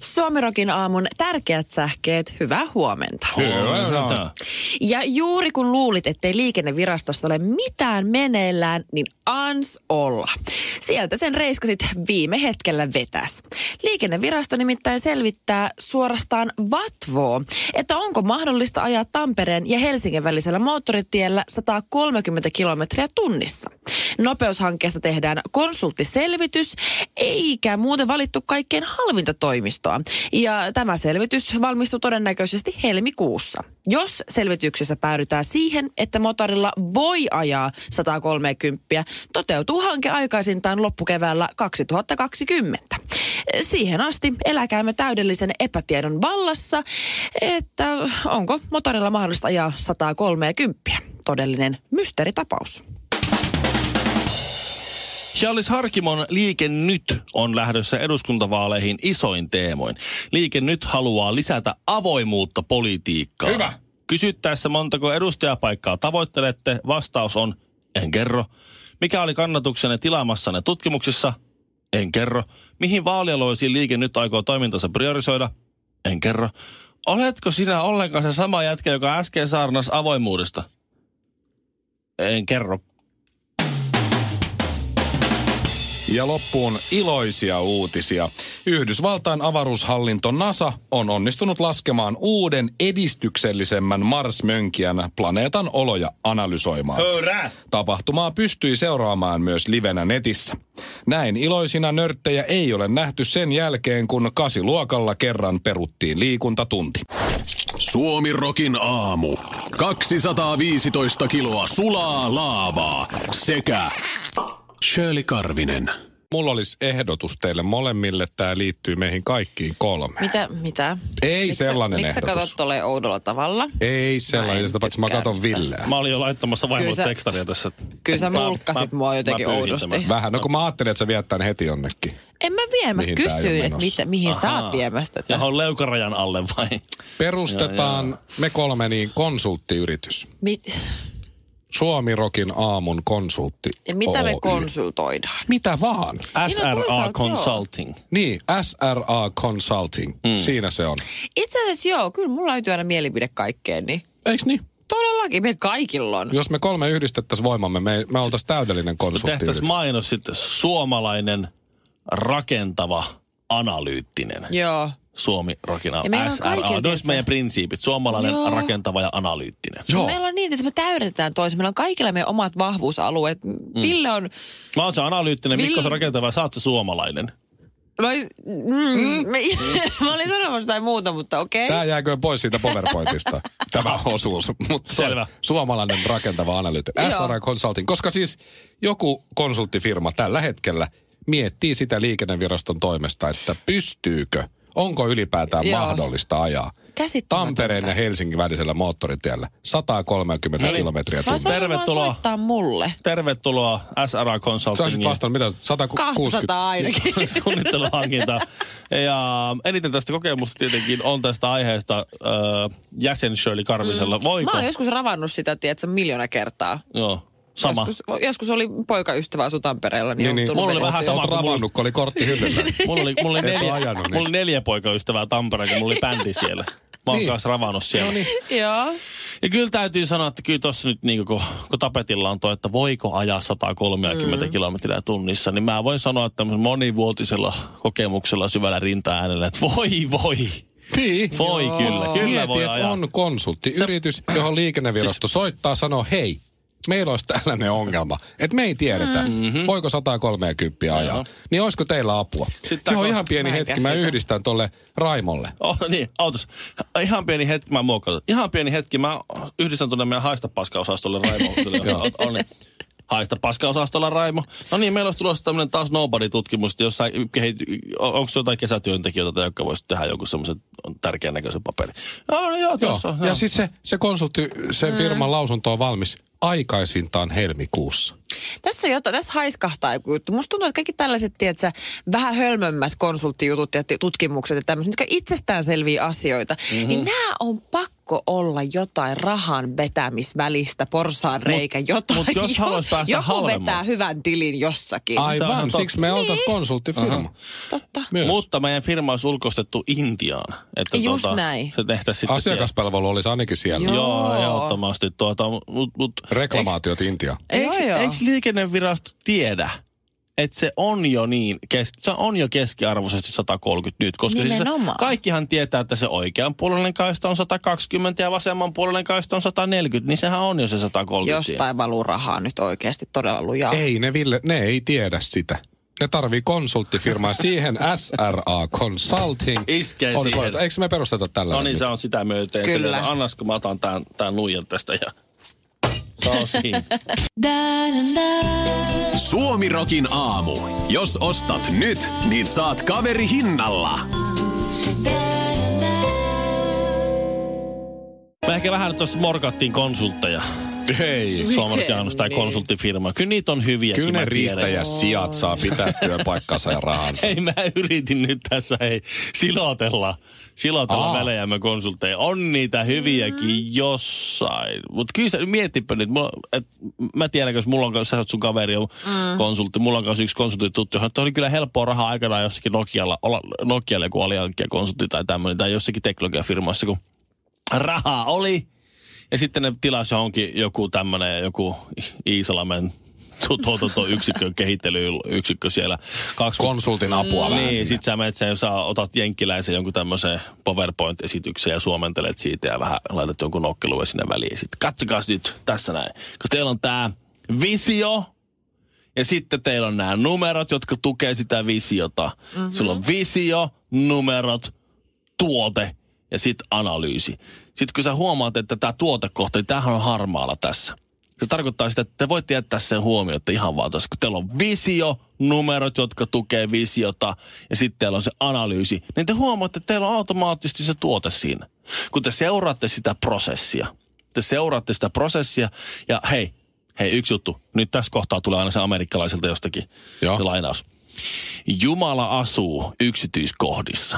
Suomirokin aamun tärkeät sähkeet, hyvää huomenta. Hyvä. Ja juuri kun luulit, ettei liikennevirastossa ole mitään meneillään, niin ans olla. Sieltä sen reiskasit viime hetkellä vetäs. Liikennevirasto nimittäin selvittää suorastaan vatvoo, että onko mahdollista ajaa Tampereen ja Helsingin välisellä moottoritiellä 130 kilometriä tunnissa. Nopeushankkeesta tehdään konsulttiselvitys, eikä muuten valittu kaikkein halvinta toimistoa. Ja tämä selvitys valmistuu todennäköisesti helmikuussa. Jos selvityksessä päädytään siihen, että motorilla voi ajaa 130, toteutuu hanke aikaisintaan loppukeväällä 2020. Siihen asti eläkäämme täydellisen epätiedon vallassa, että onko motorilla mahdollista ajaa 130. Todellinen mysteeritapaus. Charles Harkimon Liike Nyt on lähdössä eduskuntavaaleihin isoin teemoin. Liike Nyt haluaa lisätä avoimuutta politiikkaan. Hyvä. Kysyttäessä montako edustajapaikkaa tavoittelette, vastaus on en kerro. Mikä oli kannatuksenne tilaamassanne tutkimuksissa? En kerro. Mihin vaalialueisiin Liike Nyt aikoo toimintansa priorisoida? En kerro. Oletko sinä ollenkaan se sama jätkä, joka äsken saarnas avoimuudesta? En kerro. Ja loppuun iloisia uutisia. Yhdysvaltain avaruushallinto NASA on onnistunut laskemaan uuden edistyksellisemmän Mars-mönkijän planeetan oloja analysoimaan. Höyrä! Tapahtumaa pystyi seuraamaan myös livenä netissä. Näin iloisina nörttejä ei ole nähty sen jälkeen, kun kasiluokalla kerran peruttiin liikuntatunti. Suomi Rokin aamu. 215 kiloa sulaa laavaa sekä Shirley Karvinen. Mulla olisi ehdotus teille molemmille. Tämä liittyy meihin kaikkiin kolme. Mitä? Mitä? Ei Miksi sä- sellainen Miksi sä ehdotus. katsot tolleen oudolla tavalla? Ei Mä en sellainen, sitä paitsi mä tykkää katon tästä. Villeä. Mä olin jo laittamassa vaimolle Kyllä sä- tekstaria tässä. Kyllä sä Mä- mulkkasit mä- mua jotenkin mä pyyhin oudosti. tämän. Vähän, no kun mä ajattelin, että sä viet tän heti jonnekin. En mä vie, mä Mihin tää ei ole kysyin, että menossa? mitä, mihin Ahaa. sä Ahaa. oot viemässä tätä. Johon leukarajan alle vai? Niin, Perustetaan me kolme niin konsulttiyritys. Mit, Suomirokin aamun konsultti. ja mitä me Oy. konsultoidaan? Mitä vaan. Niin, no SRA toisaalta joo. Consulting. Niin, SRA Consulting. Mm. Siinä se on. Itse asiassa joo, kyllä mulla löytyy aina mielipide kaikkeen, niin Eiks niin? todellakin me kaikilla on. Jos me kolme yhdistettäisiin voimamme, me, me oltaisiin täydellinen Siis konsulttiyritys. Tehtäisiin mainos sitten suomalainen rakentava analyyttinen. Joo. Suomi Rokina Ja meillä on SRA. kaikilla, Ne tiedätkö? olisi meidän prinsiipit. Suomalainen Joo. rakentava ja analyyttinen. Joo. Meillä on niitä, että me täydetään toisiaan. Meillä on kaikilla meidän omat vahvuusalueet. Mm. Ville on... Mä oon se analyyttinen, Mikko on se Vill- rakentava ja sä oot se suomalainen. Mä, olis, mm, mm. mä olin sanomassa jotain muuta, mutta okei. Tämä jääkö pois siitä PowerPointista, tämä osuus. Mutta Selvä. Suomalainen rakentava analyytti. Joo. SRA Consulting, koska siis joku konsulttifirma tällä hetkellä miettii sitä liikenneviraston toimesta, että pystyykö, onko ylipäätään Joo. mahdollista ajaa Käsittämätöntä. Tampereen ja Helsingin välisellä moottoritiellä 130 Eli- kilometriä Mä tunnissa. sanoin, Tervetuloa. Tervetuloa. soittaa mulle. Tervetuloa SRA Sä olisit Consultingin vastannut, mitä? 160? 200 ainakin. suunnitteluhankinta. Ja eniten tästä kokemusta tietenkin on tästä aiheesta äh, jäsen Shirley Karvisella. Voiko? Mm. Mä oon joskus ravannut sitä, tiedätkö, miljoona kertaa. Joo, sama. Joskus, joskus oli poikaystävä asu Tampereella, niin, Niin, on niin. tullut Mulla oli vedettyä. vähän sama Oot kuin mulla- ravannut, kun oli kortti hyllyllä. Mulla oli, mulla oli, Et oo neljä, ajanut mulla niin. oli neljä poikaystävää Tampereella, kun mulla oli bändi siellä. Mä oon Niin. kanssa ravannut siellä. Joo. Ja kyllä täytyy sanoa, että kyllä tossa nyt niin kun, kun tapetilla on toi, että voiko ajaa 130 mm. kilometriä tunnissa, niin mä voin sanoa että tämmöisellä monivuotisella kokemuksella syvällä rinta-äänellä, että voi voi, Niin. voi Joo. kyllä, kyllä Mieti, voi että ajaa. Siis- on konsulttiyritys, johon liikennevirasto soittaa, sanoo hei, meillä olisi tällainen ongelma, että me ei tiedetä, mm-hmm. voiko 130 ajaa. Mm. Joo. Niin olisiko teillä apua? Sitten Joo, kun- ihan pieni Mä en hetki, mä käsitä. yhdistän tuolle Raimolle. Oh, niin, autos. Ihan pieni hetki, mä muokaan. Ihan pieni hetki, mä yhdistän tuonne meidän haista paska-osastolle Raimolle. On, on, niin. Haista paskaosastolla, Raimo. No niin, meillä olisi tulossa tämmöinen taas nobody-tutkimus, jossa kehit... onko jotain kesätyöntekijöitä, jotka voisi tehdä joku semmoisen tärkeän näköisen paperin. No, no joo, Joo. tuossa on. Ja joo. Mm. sitten se, se konsultti, sen firman lausunto on valmis aikaisintaan helmikuussa. Niin, Tässä, on jotain, tässä haiskahtaa joku juttu. Musta tuntuu, että kaikki tällaiset, tiedätkö, vähän hölmömmät konsulttijutut ja ti- tutkimukset ja tämmöiset, mitkä itsestäänselviä asioita, Mhm. mm-hmm. niin nämä on pakko olla jotain rahan vetämisvälistä, porsaan reikä, jotain. mut jos haluaisi päästä joku halvemmalle. vetää hyvän tilin jossakin. Ai. Se on ihan Niin. Aivan, siksi me oltaisiin konsulttifirma. Totta. Myös. Mutta meidän firma olisi ulkoistettu Intiaan. Että tota, Just näin. Se tehtäisiin sitten siellä. Asiakaspalvelu olisi ainakin siellä. Joo. Joo, ehdottomasti. Tuota, mut, mut, Reklamaatiot Intia. Eikö, Joo, joo. eikö liikennevirasto tiedä, että se on jo niin, kes, se on jo keskiarvoisesti 130 nyt, koska siis se- Nimenomaan. kaikkihan tietää, että se oikeanpuolinen kaista on 120 ja vasemmanpuolinen kaista on 140, niin sehän on jo se 130. tie. Jostain valuu rahaa nyt oikeasti todella lujaa. Ei ne, Ville, ne ei tiedä sitä. Ne tarvii konsulttifirmaa. Siihen SRA Consulting. Iskee on siihen. kohdata. Eikö me perusteta tällä? No niin, se on sitä myöten. Kyllä. Kyllä. Annas, kun mä otan tämän, tämän nuijan tästä ja se on siinä. Suomirokin aamu. Jos ostat nyt, niin saat kaveri hinnalla. Me ehkä vähän nyt tuossa morkattiin konsultteja. Hei. Suomalainen tai niin? konsulttifirma. Kyllä niitä on hyviä. Kyllä ne riistäjä sijat saa pitää työpaikkansa ja rahansa. Ei, mä yritin nyt tässä hei, silotella, silotella Aa. välejämme konsultteja. On niitä hyviäkin jossain. Mutta kyllä sä miettipä nyt, mulla, et, mä tiedän, jos mulla on kanssa, sä oot sun kaveri on konsultti, mulla on kanssa yksi konsultti tuttu, johon, että oli kyllä helppoa rahaa aikanaan jossakin Nokialla, olla, Nokialle joku alihankkia konsultti tai tämmöinen, tai jossakin teknologiafirmassa, kun rahaa oli. Ja sitten ne tilasi johonkin joku tämmöinen, joku Iisalamen tuotantoyksikkö, kehittelyyksikkö siellä. Kaksi Konsultin apua vähän niin, siinä. sit sä menet sen, sä otat jenkkiläisen jonkun tämmöisen PowerPoint-esityksen ja suomentelet siitä ja vähän laitat jonkun nokkelue sinne väliin. Sitten katsokaa nyt tässä näin. Kun teillä on tää visio ja sitten teillä on nämä numerot, jotka tukee sitä visiota. Mm-hmm. Sulla on visio, numerot, tuote ja sitten analyysi. Sitten kun sä huomaat, että tämä tuotekohta, niin tämähän on harmaalla tässä. Se tarkoittaa sitä, että te voitte jättää sen huomiota ihan vaan tässä, kun teillä on visio, numerot, jotka tukee visiota, ja sitten teillä on se analyysi, niin te huomaatte, että teillä on automaattisesti se tuote siinä. Kun te seuraatte sitä prosessia, te seuraatte sitä prosessia, ja hei, hei, yksi juttu, nyt tässä kohtaa tulee aina se amerikkalaiselta jostakin Joo. se lainaus. Jumala asuu yksityiskohdissa.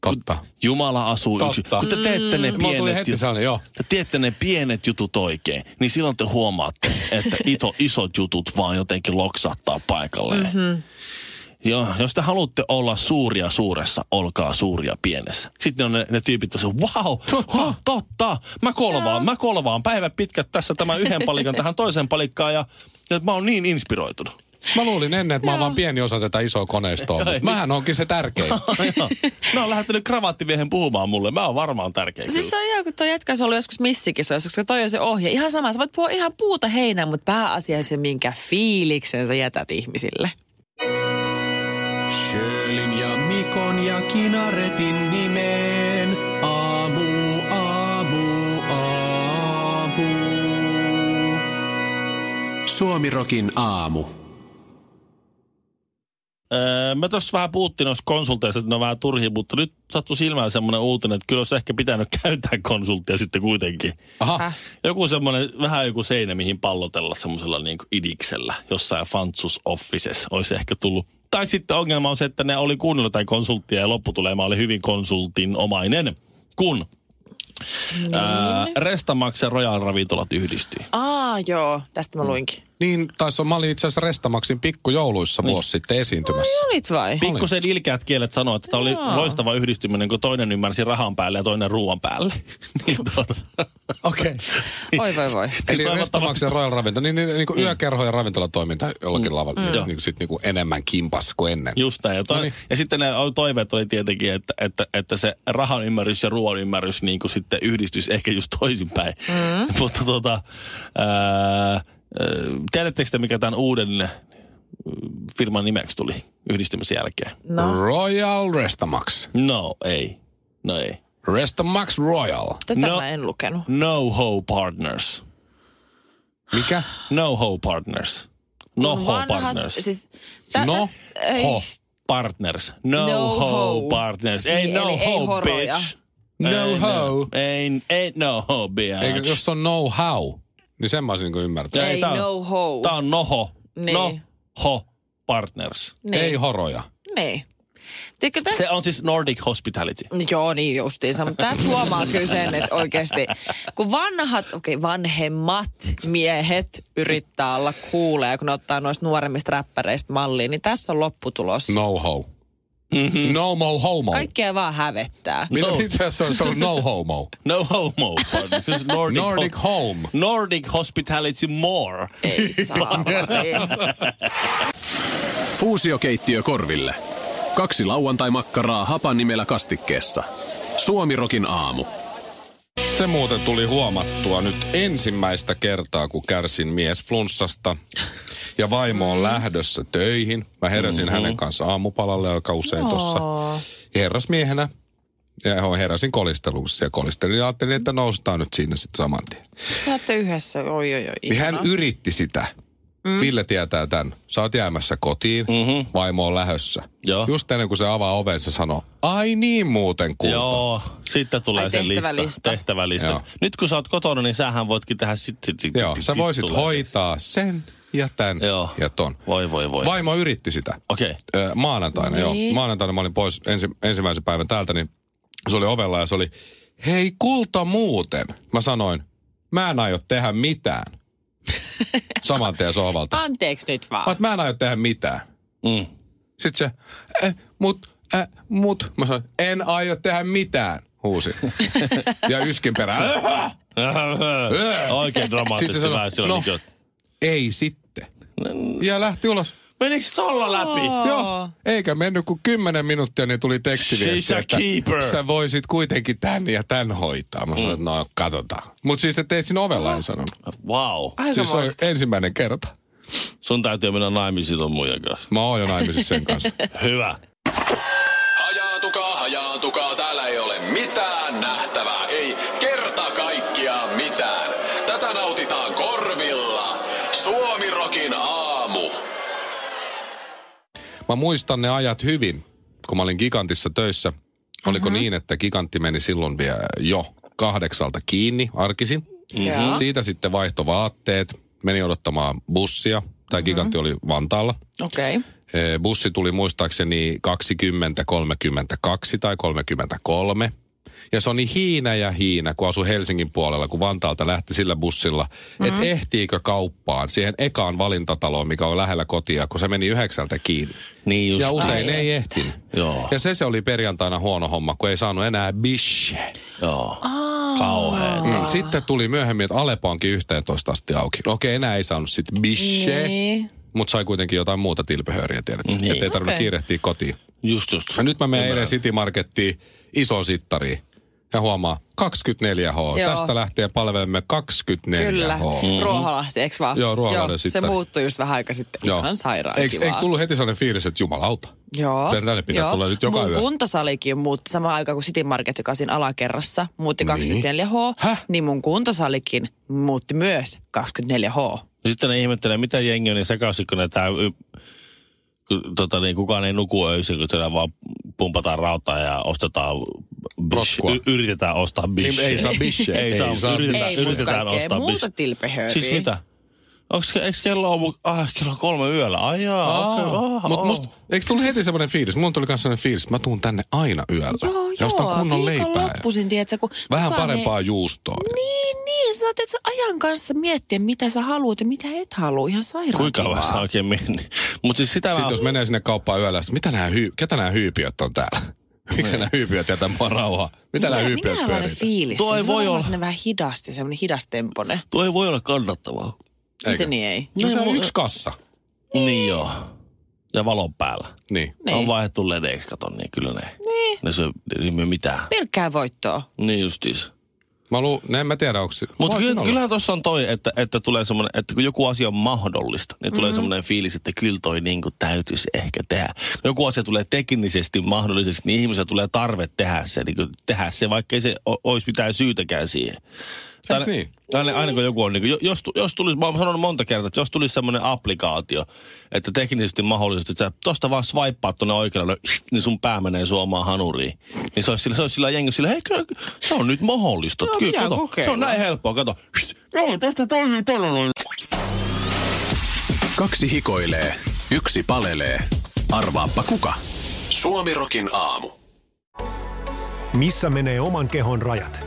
Totta. Jumala asuu Totta. Mm. yksin. Kun te teette ne Mulla tuli pienet heti jutut, sellainen, joo. te teette ne pienet jutut oikein, niin silloin te huomaatte, että iso, isot jutut vaan jotenkin loksahtaa paikalleen. Mm-hmm. Joo, jos te haluatte olla suuria suuressa, olkaa suuria pienessä. Sitten on ne, ne tyypit, jotka sanoo, wow, totta. Ha, totta, mä kolvaan, mä kolvaan päivä pitkät tässä tämän yhden palikan tähän toiseen palikkaan ja, ja mä oon niin inspiroitunut. Mä luulin ennen, että mä oon vaan pieni osa tätä isoa koneistoa. Joo, ei. mutta Mähän onkin se tärkein. Joo. Mä oon lähtenyt kravaattiviehen puhumaan mulle, mä oon varmaan tärkeä kyllä. Siis se on ihan, kun toi jätkä olisi ollut joskus missikisoissa, koska toi on se ohje. Ihan sama, sä voit puhua ihan puuta heinää, mutta pääasia se, minkä fiiliksen sä jätät ihmisille. Sjölin ja Mikon ja Kinaretin nimeen. Aamu, aamu, aamu. Suomirokin aamu. Öö, me tuossa vähän puhuttiin noista konsulteista, että ne on vähän turhia, mutta nyt sattui silmään semmoinen uutinen, että kyllä olisi ehkä pitänyt käyttää konsulttia sitten kuitenkin. Aha. Häh? Joku semmoinen, vähän joku seinä, mihin pallotella semmoisella niin kuin idiksellä, jossain Fantsus Offices olisi ehkä tullut. Tai sitten ongelma on se, että ne oli kuunnellut jotain konsulttia ja lopputulema oli hyvin konsultinomainen, kun öö, Restamax ja Royal Ravintolat yhdistyi. Aa, joo, tästä mä luinkin. Niin, taisi on, mä olin itse asiassa Restamaksin pikkujouluissa Niin. vuosi sitten esiintymässä. Olit vai? Pikkusen ilkeät kielet sanoo, että tämä oli Joo. loistava yhdistyminen, kun toinen ymmärsi rahan päälle ja toinen ruoan päälle. niin, tuota, Okei. Okay. Niin. Oi voi voi. Eli toivottavasti- Restamaksin ja Royal Ravintola, niin, niin, niin kuin yökerho ja ravintolatoiminta jollakin lavalla, Joo. niin, niin, sit, niin kuin enemmän kimpas kuin ennen. just näin. Ja, to- Noniin. ja sitten ne toiveet oli tietenkin, että, että, että se rahan ymmärrys ja ruoan ymmärrys niin kuin sitten yhdistys ehkä just toisinpäin. Mm. Mutta tota, ää, ää, tiedättekö te, mikä tämän uuden ä, firman nimeksi tuli yhdistymisen jälkeen? No, Royal Restamax. No, ei. No ei. Restamax Royal. tätä No. mä en lukenut. No Ho Partners. Mikä? No Ho Partners. No Kun Ho Partners. Siis, tä, No, tästä- ei, ho. Partners. No, No ho, ho. partners. Ei Niin, no eli ei ho, horoja. bitch. No ei, ho. Ei, ei no ho, bitch. Eikö, jos on no how, niin sen mä olisin niin ymmärtänyt. Ei, ei tää on- no ho. Tää on noho. Niin. No ho, partners. niin, Ei horoja. Niin. Tiedätkö, tästä Se on siis Nordic Hospitality. Joo, niin justiinsa. Mutta tästä huomaa kyllä sen, että oikeasti kun vanhat, okei okay, vanhemmat miehet yrittää olla kuuleja, kun ne ottaa noista nuoremmista räppäreistä mallia, niin tässä on lopputulos. No. No how. No mo homo. Kaikkea vaan hävettää. Mitä No. mitä se on? Se on no homo. No homo partners. Siis Nordic, Nordic ho- home. Nordic Hospitality more. Ei saa. Ei. Fuusiokeittiö korville. Kaksi lauantai-makkaraa hapan nimellä kastikkeessa. Suomirokin aamu. Se muuten tuli huomattua nyt ensimmäistä kertaa, kun kärsin mies flunssasta ja vaimo on lähdössä töihin. Mä heräsin mm-hmm. hänen kanssa aamupalalle aika usein tuossa herrasmiehenä. Ja heräsin kolisteluun ja kolistelin ja ajattelin, että noustaan nyt siinä sitten saman tien. Sä ootte yhdessä, oi oi oi. Niin hän ihana. yritti sitä. Mm. Ville tietää tämän. Sä oot jäämässä kotiin, mm-hmm. vaimo on lähössä. Joo. Just ennen kuin se avaa oven, se sanoo, ai niin muuten kulta. Joo, sitten tulee Ai, se lista. tehtävälista. Tehtävälista. Joo. Nyt kun sä oot kotona, niin sähän voitkin tehdä sit, sit, sit, Joo, sit, sä sit voisit tulee. hoitaa sen ja tämän Joo. ja ton. Voi, voi, voi. Vaimo yritti sitä. Okei. Okay. Ö, maanantaina, niin. joo. Maanantaina mä olin pois ensi, ensimmäisen päivän täältä, niin se oli ovella ja se oli, hei kulta muuten. Mä sanoin, mä en aio tehdä mitään. Saman tien sohvalta. Mä Anteeksi nyt vaan. oot, mä en aio tehdä mitään. Mm. Sitten se, eh, mut, eh, mut. Mä sanoin, en aio tehdä mitään, huusi. ja yskin perään, Oikein dramaattista. Sitten se sanoo, vähän No. sillä no. niinku, että- ei sitten. Ja lähti ulos. Menikö se tolla läpi? Joo, eikä mennyt kuin 10 minuuttia, niin tuli tekstiviesti, She's a keeper. Mm. sä voisit kuitenkin tän ja tän hoitaa. Mä sanoin, että no katsotaan. Mut siis te teit siinä ovella, en sanonut. Wow. Aika Siis se oli mahtavaa. ensimmäinen kerta. Sun täytyy mennä naimisiin ton muijan kanssa. Mä oon jo naimisissa sen kanssa. Hyvä. Hajaantukaa, hajaantukaa, täällä ei ole mitään nähtävää, ei kerta kaikkiaan mitään. Tätä nautitaan korvilla. Suomirokin aamu. Mä muistan ne ajat hyvin, kun mä olin Gigantissa töissä. Oliko mm-hmm. niin, että Gigantti meni silloin vielä jo kahdeksalta kiinni arkisin? Joo. Siitä sitten vaihto vaatteet, meni odottamaan bussia. Tämä mm-hmm. Gigantti oli Vantaalla. Okei. Okay. Ee, Bussi tuli muistaakseni 20, 32 tai 33. Ja se on niin hiinä ja hiinä, kun asui Helsingin puolella, kun Vantaalta lähti sillä bussilla, mm-hmm. että ehtiikö kauppaan siihen ekaan valintataloon, mikä on lähellä kotia, kun se meni yhdeksältä kiinni. Niin just. Ja usein näin. ei ehtinyt. Joo. Ja se se oli perjantaina huono homma, kun ei saanut enää bishe. Joo. Kauheeta. Mm. Sitten tuli myöhemmin, että Alepo onkin 11 asti auki. No Okei, enää ei saanut sitten bishe, Niin. mutta sai kuitenkin jotain muuta tilpehööriä, tiedät. Niin. Niin. Että ei tarvinnut Okei. okay. kiirehtiä kotiin. Just just. Ja nyt mä menen eilen City Markettiin isoon sittariin. Ja huomaa, 24H. Joo. Tästä lähtee palvelemme 24H. Kyllä. Mm. Ruoholahti, eikö vaan? Joo, Ruoholahden Se sittari. muuttui just vähän aika sitten. Joo. Ihan sairaan Eikö, kivaa. eikö tullut heti sellainen fiilis, että jumalauta? Joo. Tän- Tänne pitää Joo. tulla nyt joka Mun yö. kuntosalikin muutti samaan aikaan kuin City Market, joka on siinä alakerrassa, muutti 24H. Niin. Häh? Niin mun kuntosalikin muutti myös 24H. Sitten ne ihmettelee, mitä jengi on niin sekaisin, kun ne tää... y- kun, Tota, niin kukaan ei nuku öisin, kun siellä vaan pumpataan rautaa ja ostetaan bish, Rotkua. y- yritetään ostaa bish. Niin, ei saa bisheä. ei, Ei saa, saa yritetään, Ei, mutta yritetään kaikkea ostaa muuta bish. tilpehööriä. Siis mitä? Onks, eikö kello on, ah, kello on kolme yöllä? Ai jaa, okei, ah, Mutta ah. musta, eikö tullut heti semmoinen fiilis? Mulla tuli myös semmoinen fiilis, että mä tuun tänne aina yöllä. Joo, ja joo, ostan kunnon leipää. viikonloppuisin, tiedätkö, kun Vähän kukaan parempaa juustoa. Ei... Niin, niin, sä oot sä ajan kanssa miettiä, mitä sä haluat ja mitä et halua, ihan sairaan Kuinka kivaa. kauan se oikein meni? Mutta siis sitä mä... Sitten jos menee sinne kauppaan yöllä, sit, mitä nämä hyy, ketä nämä hyypiöt on täällä? Miksi nämä hyypiöt jätä mua rauhaa? Mitä nämä hyypiöt Minkälainen pyörii? fiilis? Tuo ei se on voi varmaan olla. sellainen vähän hidasti, semmoinen hidastemponen. Tuo ei voi olla kannattavaa. Eikö? Miten niin ei? No, No, se on mu- yksi kassa. Niin joo. Ja valon päällä. Niin. Niin. On Niin. vaihdettu ledeiksi, kato, niin kyllä ne. Niin. Ne se, niin me mitään. Pelkkää voittoa. Niin justiis. Mä lu, ne en mä tiedä, onko se... Mutta Voisin kyllä, olla. kyllähän tuossa on toi, että, että tulee semmoinen, että kun joku asia on mahdollista, niin tulee semmoinen fiilis, että kyllä toi niin kuin täytyisi ehkä tehdä. Joku asia tulee teknisesti mahdolliseksi, niin ihmisellä tulee tarve tehdä se, niin kuin tehdä se, vaikkei se o- olisi mitään syytäkään siihen. Tai, niin? tai aina, aina kun joku on, niin kuin, jos, tu- jos tulisi, mä oon sanonut monta kertaa, että jos tulisi semmoinen applikaatio, että teknisesti mahdollisesti, että sä tosta vaan swipeaat tuonne oikealle, niin sun pää menee suomaan hanuriin. Niin se olisi sillä, se olisi sillä jengi sillä, hei kyllä, se on nyt mahdollista. Joo, kyllä, pitää kato, se on kokeilla. näin helppoa, kato. Kaksi hikoilee, yksi palelee. Arvaappa kuka? Suomirokin aamu. Missä menee oman kehon rajat?